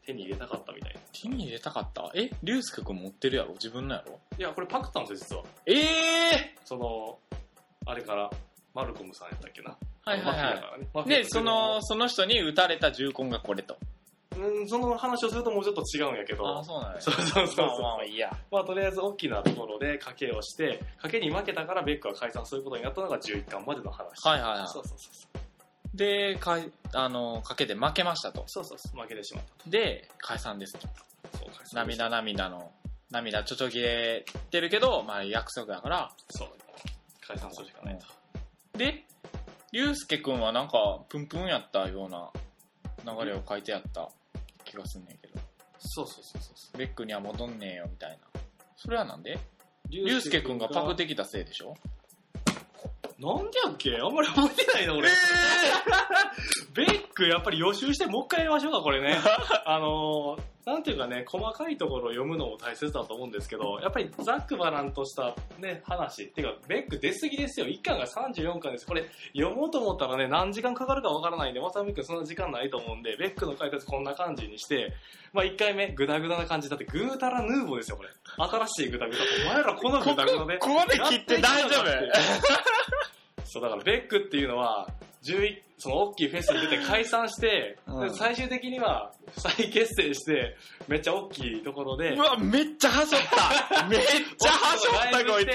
Speaker 3: 手に入れたかったみたいな。
Speaker 1: 手に入れたかったえリュウスケ君持ってるやろ自分のやろ
Speaker 3: いや、これパクったんですよ、実は。
Speaker 1: ええ
Speaker 3: その、あれから、マルコムさんやったっけな。
Speaker 1: はいはい
Speaker 3: マフィアか
Speaker 1: は
Speaker 3: らねマ
Speaker 1: い
Speaker 3: フィア
Speaker 1: でそのその人に撃たれた銃痕がこれと
Speaker 3: うん、その話をするともうちょっと違うんやけど。
Speaker 1: ああそうなんや
Speaker 3: そうそうそうそう。
Speaker 1: まあまあまあいいや
Speaker 3: まあ、とりあえず大きなところで賭けをして、賭けに負けたからベックは解散することになったのが11巻までの話。
Speaker 1: はいはいはい
Speaker 3: そうそうそう
Speaker 1: でかいあの賭けて負けましたと
Speaker 3: そう。そうそうそう、負けてしまっ
Speaker 1: で解散ですと
Speaker 3: た。そう、解散。
Speaker 1: 涙涙の涙ちょちょぎれてるけど、まあ、約束だから
Speaker 3: そう。解散するしかないと。
Speaker 1: で竜介君はなんかプンプンやったような流れを書いてやった気がすんねんけど
Speaker 3: そうそうそうそうそ
Speaker 1: ベックには戻んねえよみたいなそれはなんで
Speaker 3: う。
Speaker 1: 竜介君がパクってきたせいでしょ
Speaker 3: なんでやっけあんまり覚えてないな、俺。ベック、やっぱり予習して、もう一回やりましょうか、これね。あのーなんていうかね、細かいところを読むのも大切だと思うんですけど、やっぱりざっくばらんとしたね、話。っていうか、ベック出すぎですよ。1巻が34巻です。これ、読もうと思ったらね、何時間かかるかわからないんで、渡辺君そんな時間ないと思うんで、ベックの解説こんな感じにして、まあ1回目、グダグダな感じ。だって、グータラヌーボーですよ、これ。新しいグダグダ。お前らこのグダグダで。
Speaker 1: ここで
Speaker 3: や
Speaker 1: 切って大丈
Speaker 3: っていきた
Speaker 1: 夫
Speaker 3: かった そう、だからベックっていうのは、11その大きいフェスに出て解散して、
Speaker 1: うん
Speaker 3: で最終的には再結成して、めっちゃ大きいところで
Speaker 1: う、わめっちゃはしょった めっちゃはしょったこいつ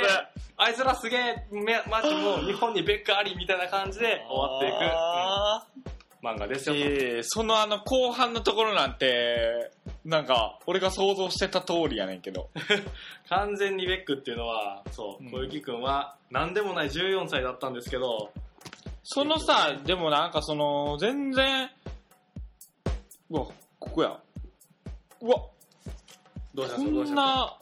Speaker 3: あいつらすげえ、めマジもう日本にベックありみたいな感じで終わ
Speaker 1: あー
Speaker 3: っていく、うん漫画ですよ。
Speaker 1: ええそのあの後半のところなんてなんか俺が想像してた通りやねんけど
Speaker 3: 完全にベックっていうのは、そう
Speaker 1: うん、
Speaker 3: 小雪くんは何でもない14歳だったんですけど、
Speaker 1: そのさでもなんかその全然うわここやうわ
Speaker 3: どうしま
Speaker 1: こ
Speaker 3: したどうし
Speaker 1: ん
Speaker 3: ま
Speaker 1: な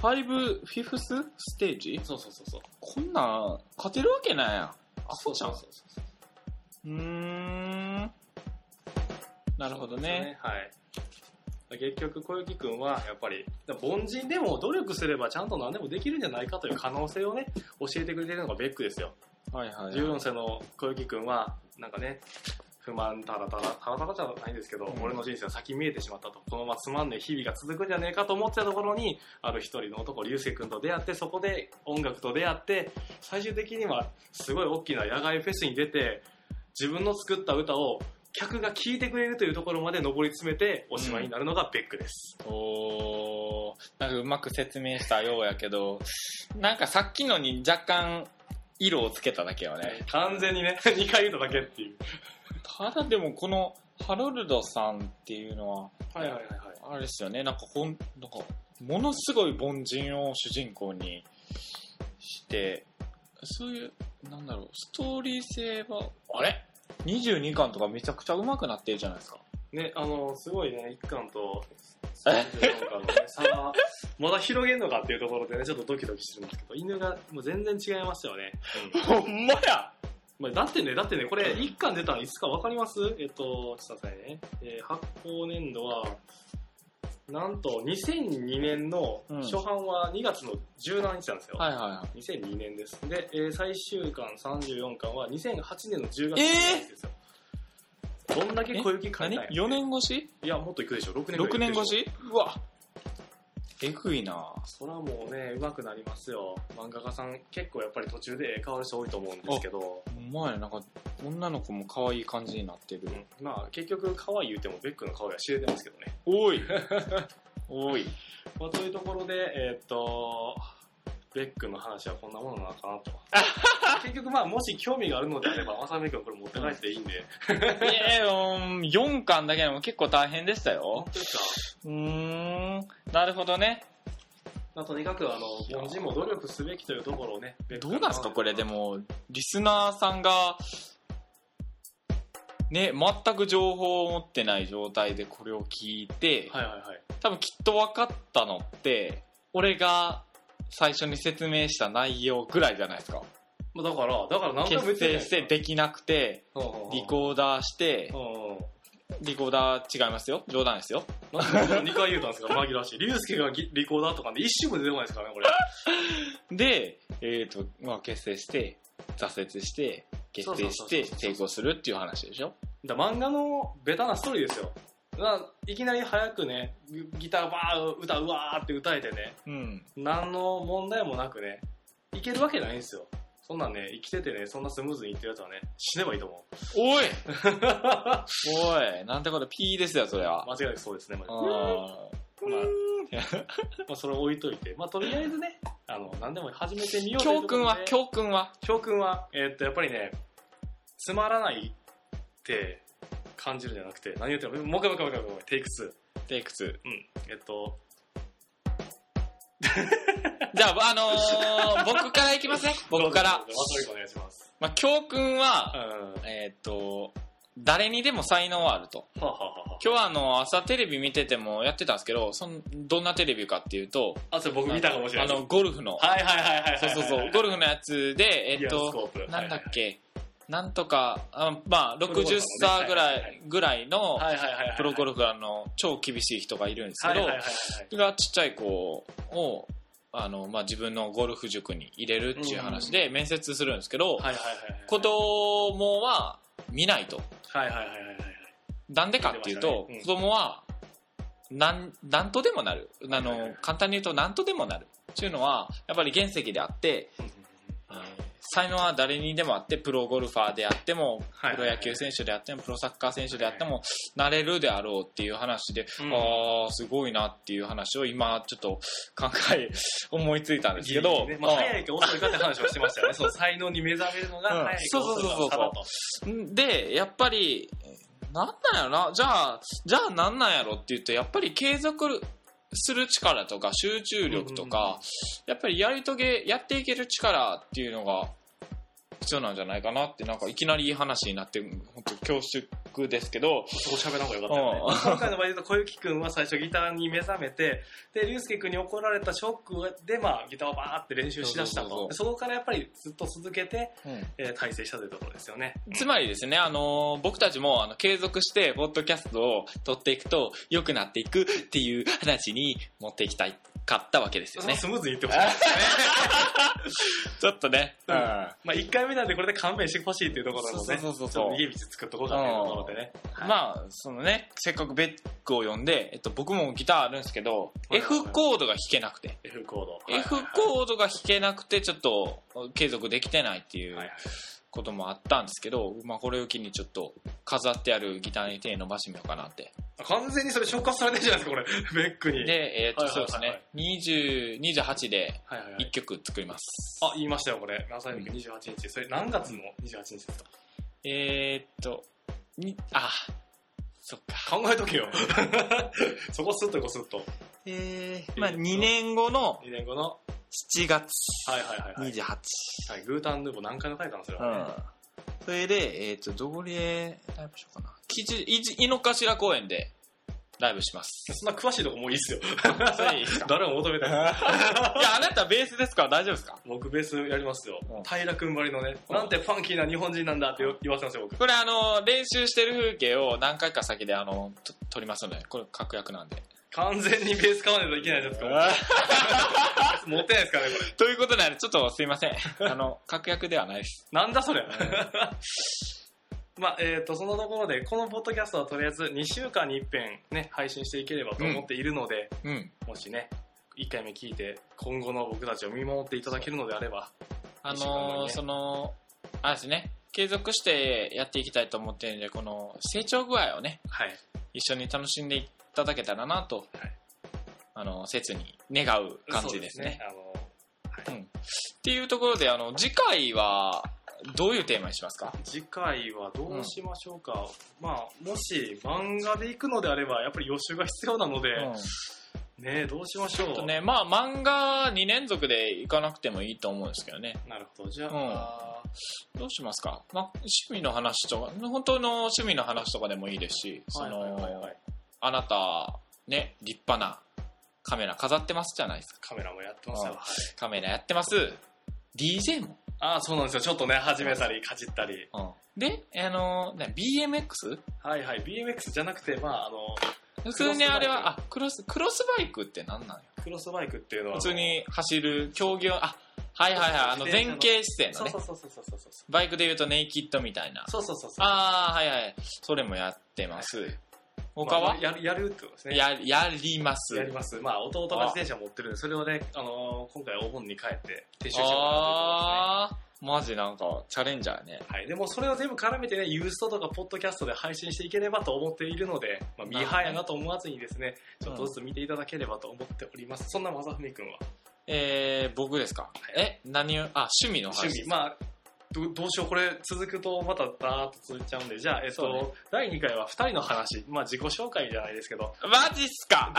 Speaker 1: ファイブフィフスステージ
Speaker 3: したそうそうそうそう。
Speaker 1: こんなん勝てるわけないやんあそうじゃんう
Speaker 3: そうそうそう
Speaker 1: ーんなるほどね。
Speaker 3: はい。結局、小雪くんは、やっぱり、凡人でも努力すればちゃんと何でもできるんじゃないかという可能性をね、教えてくれてるのがベックですよ。
Speaker 1: はいはいはい
Speaker 3: 14歳の小雪くんは、なんかね、不満たらたら、たらたらじゃないんですけど、
Speaker 1: うん
Speaker 3: 俺の人生は先見えてしまったと、このままつまんねえ日々が続くんじゃねえかと思ってたところに、ある一人の男、流星くんと出会って、そこで音楽と出会って、最終的にはすごい大きな野外フェスに出て、自分の作った歌を客が聴いてくれるというところまで上り詰めて、おしまいになるのがベックです。
Speaker 1: おーなんかうまく説明したようやけどなんかさっきのに若干色をつけただけよね
Speaker 3: 完全にね、2回言っただけっていう。
Speaker 1: ただでもこのハロルドさんっていうのは
Speaker 3: はいはいはいはい。
Speaker 1: あれですよねなんかほんなんかものすごい凡人を主人公にしてそういうなんだろうストーリー性はあれ22巻とかめちゃくちゃうまくなってるじゃないですか
Speaker 3: ね、あの、すごいね、1巻と
Speaker 1: え
Speaker 3: 34巻のね、差が、まだ広げんのかっていうところでね、ちょっとドキドキしてるんですけど、犬がもう全然違いますよね。
Speaker 1: ほんまや
Speaker 3: まあ、だってね、だってね、これ1巻出たのいつかわかりますえっと、ちょっと待ってくださいね。えー発行年度は、なんと2002年の
Speaker 1: うん
Speaker 3: 初版は2月の17日なんですよ。
Speaker 1: はいはいはい
Speaker 3: 2002年です。で、えー最終巻34巻は2008年の10月ですよ。どんだけ小雪書い
Speaker 1: 何
Speaker 3: たんや
Speaker 1: ?4 年越し
Speaker 3: いや、もっといくでしょ。6年
Speaker 1: 6年
Speaker 3: ぐらい行くでょ
Speaker 1: 越しうわえぐいな
Speaker 3: そらもうね、上手くなりますよ。漫画家さん、結構やっぱり途中で絵変わる人多いと思うんですけど、
Speaker 1: お前なんか女の子も可愛い感じになってる
Speaker 3: うんまあ結局、可愛い言うてもベックの顔が知れてますけどね。
Speaker 1: おいおい
Speaker 3: まあ、というところで、えーっと、ベックの話はこんなものなのか なと。結局まあ、もし興味があるのであれば、まさみくんこれ持って帰っていいんで。
Speaker 1: ええ4巻だけでも結構大変でしたよ
Speaker 3: 本当です
Speaker 1: うーんなるほどね
Speaker 3: かまあとにかく、あの、凡人も努力すべきというところをね、
Speaker 1: どうなんですかこれで
Speaker 3: も。
Speaker 1: もリスナーさんがね全く情報を持ってない状態でこれを聞いて、
Speaker 3: はいはいはい。
Speaker 1: 多分きっと分かったのって俺が最初に説明した内容ぐらいじゃないですか
Speaker 3: まあだから、だから何回も言
Speaker 1: 結
Speaker 3: ってる
Speaker 1: 成
Speaker 3: やん
Speaker 1: して、できなくて
Speaker 3: うんうんうん
Speaker 1: リコーダーして
Speaker 3: うんうん
Speaker 1: リコーダー違いますよ冗談ですよ
Speaker 3: なんで2回言うたんですか、紛らわしい。竜介がぎリコーダーとかで一瞬も出てこないですからね、これ。
Speaker 1: で、えーとまあ、結成して挫折して結成して
Speaker 3: そうそうそうそう
Speaker 1: 成功するっていう話でしょ
Speaker 3: だから漫画のベタなストーリーですよ。まあいきなり早くね、ギギターバー、歌うわーって歌えてね、
Speaker 1: うん
Speaker 3: 何の問題もなくね、いけるわけないんですよ。そんなんね、生きててね、そんなスムーズにいってるやつはね、死ねばいいと思う。
Speaker 1: おい
Speaker 3: 間
Speaker 1: おいなんてことピーですよそれは、
Speaker 3: 違いなくそうですね、ま
Speaker 1: あ
Speaker 3: あ
Speaker 1: ー
Speaker 3: まあ
Speaker 1: いや
Speaker 3: まあ、それ置いといて、まあ、とりあえずね、あの、何でも始めてみようとい
Speaker 1: 教
Speaker 3: うことで
Speaker 1: 訓は教訓は
Speaker 3: 教訓は、えーっと、やっぱりね、つまらないって感じるんじゃなくて、何言ってるのもう一回もう一回もう一回もう一回、テイク2。
Speaker 1: テイク2
Speaker 3: うん。えっと、
Speaker 1: じゃあ、あ のー僕からいきますね僕
Speaker 3: ま
Speaker 1: から、
Speaker 3: とめお願いします。
Speaker 1: まあ、教訓
Speaker 3: うん。
Speaker 1: は
Speaker 3: は
Speaker 1: えっ、と誰にでも才能はあると
Speaker 3: あ、はあはあは
Speaker 1: 今日はあの朝テレビ見ててもやってたんですけどそのどんなテレビかっていうと
Speaker 3: あ、あ、それ僕見たかもしれない
Speaker 1: あ
Speaker 3: です。
Speaker 1: のゴルフの
Speaker 3: はいはいはいはいはい。
Speaker 1: そうそうそうゴルフのやつでえっ、
Speaker 3: ギアス
Speaker 1: と
Speaker 3: コープ
Speaker 1: なんだっけなんとかあまあ60歳
Speaker 3: は
Speaker 1: ぐ
Speaker 3: い
Speaker 1: ら
Speaker 3: はいはい
Speaker 1: いぐらいの
Speaker 3: はいはいはいはい。
Speaker 1: プロゴ
Speaker 3: ル
Speaker 1: ルファーの超厳しい人がいるんです
Speaker 3: は
Speaker 1: け
Speaker 3: いはい
Speaker 1: ど
Speaker 3: はいはい。
Speaker 1: がちっちゃい子をあの、まあ、自分のゴルフ塾に入れるっていう話で面接するんですけど、
Speaker 3: はいはいはいはい。
Speaker 1: 子供は見ないと
Speaker 3: はいはいはいはいはい。
Speaker 1: なんでかっていうと、
Speaker 3: 見てまし
Speaker 1: 子供はなんなんとでもなるあ
Speaker 3: はいはい
Speaker 1: の
Speaker 3: はい
Speaker 1: 簡単に言うとなんとでもなるっていうのはやっぱり原石であって才能は誰にでもあってプロゴルファーであっても
Speaker 3: はいはい
Speaker 1: プロ野球選手であってもプロサッカー選手であってもなれるであろうっていう話で、
Speaker 3: うん
Speaker 1: ああすごいなっていう話を今ちょっと考え思いついたんです
Speaker 3: ギ
Speaker 1: け
Speaker 3: リギ
Speaker 1: ど
Speaker 3: リねまあ、
Speaker 1: うん
Speaker 3: 早いか遅いかって話をしてましたよね。その才能に目覚めるのが早いか遅いかの差だと。
Speaker 1: でやっぱりなんなんやろなじゃあじゃあなんなんやろって言うとやっぱり継続する力とか集中力とか、
Speaker 3: うんうんうん
Speaker 1: やっぱりやり遂げやっていける力っていうのが必要なんじゃないかなってなんかいきなりいい話になって本当恐縮ですけど
Speaker 3: おしゃべらん方がよかったよね。今回の場合だと小雪くんは最初ギターに目覚めて、で、龍介くんに怒られたショックで、まあ、ギターをバーって練習しだしたと。
Speaker 1: そうそうそう
Speaker 3: そこからやっぱりずっと続けて、えー、体制したというところですよね。
Speaker 1: つまりですね、あのー僕たちもあの継続して、ポッドキャストを撮っていくと、良くなっていくっていう話に持っていきたいかったわけですよ
Speaker 3: その
Speaker 1: ね。
Speaker 3: スムーズにいってほしいですね。
Speaker 1: ちょっとね。
Speaker 3: うんまあ、1回目なんでこれで勘弁してほしいっていうところなので、
Speaker 1: そうそうそうそう
Speaker 3: ちょっと逃げ道作っとこうかっていうところでね。はい
Speaker 1: まあ、そのね、せっかくベックを呼んで、えっと、僕もギターあるんですけど、
Speaker 3: はいはいはい
Speaker 1: F コードが弾けなくて。
Speaker 3: F コード。
Speaker 1: F コードが弾けなくて、ちょっと継続できてないってい
Speaker 3: はいはいう
Speaker 1: こともあったんですけど、まあ、これを機にちょっと飾ってあるギターに手伸ばしてみようかなって。
Speaker 3: 完全にそれ消化されてるじゃないですか、これ。ベックに。
Speaker 1: で、えっと、
Speaker 3: はいはい
Speaker 1: そう
Speaker 3: はいはい
Speaker 1: ですね、20 28で
Speaker 3: はいはいはい
Speaker 1: 1曲作ります。
Speaker 3: あ、言いましたよ、これ。朝日28日。それ何月の28日ですか
Speaker 1: えー、っと、に、あ、そっか。
Speaker 3: 考えとけよ。 そこスッとこうスッと。
Speaker 1: え
Speaker 3: ー
Speaker 1: まあ、
Speaker 3: えーっと
Speaker 1: 2年後の
Speaker 3: 2年後の。
Speaker 1: 7月
Speaker 3: はいはいはい、はい。
Speaker 1: 28。
Speaker 3: はい、グータンヌーボー何回も書いたんですよ。
Speaker 1: うん。それで、えーっと、どれライブしようかな。吉井じ井の頭公園でライブします。
Speaker 3: そんな詳しいとこもういいっす よ。
Speaker 1: それいいですか
Speaker 3: 誰も求め
Speaker 1: い
Speaker 3: たい。
Speaker 1: や、 あなたベースですから大丈夫ですか
Speaker 3: 僕ベースやりますよ
Speaker 1: うん。
Speaker 3: 平君ばりのね、
Speaker 1: うん
Speaker 3: なんてファンキーな日本人なんだって言言わせますよ、僕。
Speaker 1: これあの、練習してる風景を何回か先であの、と撮りますので、これ確約なんで。
Speaker 3: 完全にベース買わないといけないじゃないですか。持ってないですからね、これ。
Speaker 1: ということなんで、ちょっとすい ません。あの、確約ではないです。
Speaker 3: なんだそれ。 まあ、えっ、と、そのところで、このポッドキャストはとりあえず2週間に一遍ね、配信していければと思っているので、
Speaker 1: うん。
Speaker 3: もしね、1回目聞いて、今後の僕たちを見守っていただけるのであれば、
Speaker 1: あ
Speaker 3: 一番の
Speaker 1: のー
Speaker 3: ね
Speaker 1: その、あれですね、継続してやっていきたいと思ってるんで、この成長具合をね、
Speaker 3: はい。
Speaker 1: 一緒に楽しんでいただけたらなと、
Speaker 3: はい
Speaker 1: あの、切に願う感じですね。
Speaker 3: そう。あの
Speaker 1: っていうところで、あの、次回は、どういうテーマにしますか
Speaker 3: 次回はどうしましょうか、まあもし漫画で行くのであればやっぱり予習が必要なので、
Speaker 1: うん
Speaker 3: ねえどうしましょ
Speaker 1: あと
Speaker 3: う、
Speaker 1: ね、まあ、漫画2連続でいかなくてもいいと思うんですけどね。
Speaker 3: なるほどじゃあ、
Speaker 1: うんどうしますか、まあ、趣味の話とか、本当の趣味の話とかでもいいですし、そ
Speaker 3: はい
Speaker 1: の、
Speaker 3: はいはいはい
Speaker 1: あなた、ね、立派なカメラ飾ってますじゃないですか。
Speaker 3: カメラもやってますよ。
Speaker 1: うん
Speaker 3: はい
Speaker 1: カメラやってます。DJ も。
Speaker 3: ああ、そうなんですよ。ちょっとね、始めたり、かじったり。
Speaker 1: うんで、あの、ね BMX?
Speaker 3: はいはい。BMX じゃなくて、まあ、あの、
Speaker 1: 普通にあれは、
Speaker 3: クロスバイ
Speaker 1: あ、クロス、クロスバイクって何なんよ。
Speaker 3: クロスバイクっていうのは。
Speaker 1: 普通に走る競技用、あ、はいはいはい、あの、
Speaker 3: 自転
Speaker 1: 前
Speaker 3: 車の
Speaker 1: 傾姿勢
Speaker 3: あの。
Speaker 1: のね
Speaker 3: そ。うそうそうそうそうそうそう。
Speaker 1: バイクで言うとネイキッドみたいな。
Speaker 3: そうそうそうそう。
Speaker 1: あー、はいはい。それもやってます。他
Speaker 3: ま
Speaker 1: は、
Speaker 3: あやるやるってことですね。
Speaker 1: や、やります。
Speaker 3: やります。まあ、弟が自転車持ってるんで、それをね、あのー今回お盆に帰って、撤収してもらったというこ
Speaker 1: あー、マジなんか、チャレンジャー
Speaker 3: とで
Speaker 1: ね。
Speaker 3: すね。はい。でも、それを全部絡めてね、ユーストとかポッドキャストで配信していければと思っているので、まあ、ミーハーやなと思わずにですね、ちょっとずつ見ていただければと思っております。そんなまさふみくんは、
Speaker 1: えー、僕ですか。え、何を、あ、趣味の話。
Speaker 3: 趣味、まあ、どどうしよう、これ続くとまたダーッと続いちゃうんで、じゃあ、えっと、
Speaker 1: そうね
Speaker 3: 第2回は2人の話、まあ自己紹介じゃないですけど、
Speaker 1: マジっすか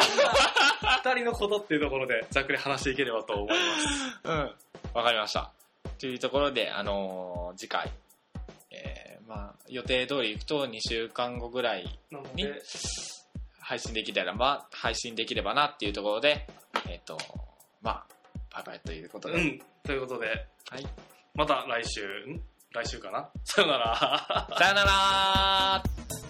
Speaker 3: 2人のことっていうところでざっくり話していければと思います。
Speaker 1: うん。わかりました。というところで、あのー次回、えー、まあ、予定通り行くと2週間後ぐらい
Speaker 3: なの
Speaker 1: に
Speaker 3: で、
Speaker 1: 配信できたら、まあ、配信できればなっていうところで、えっ、と、まあ、バイバイということで。
Speaker 3: うん、ということで、
Speaker 1: はい。
Speaker 3: また来週、ん来週かなさよなら。
Speaker 1: さよならー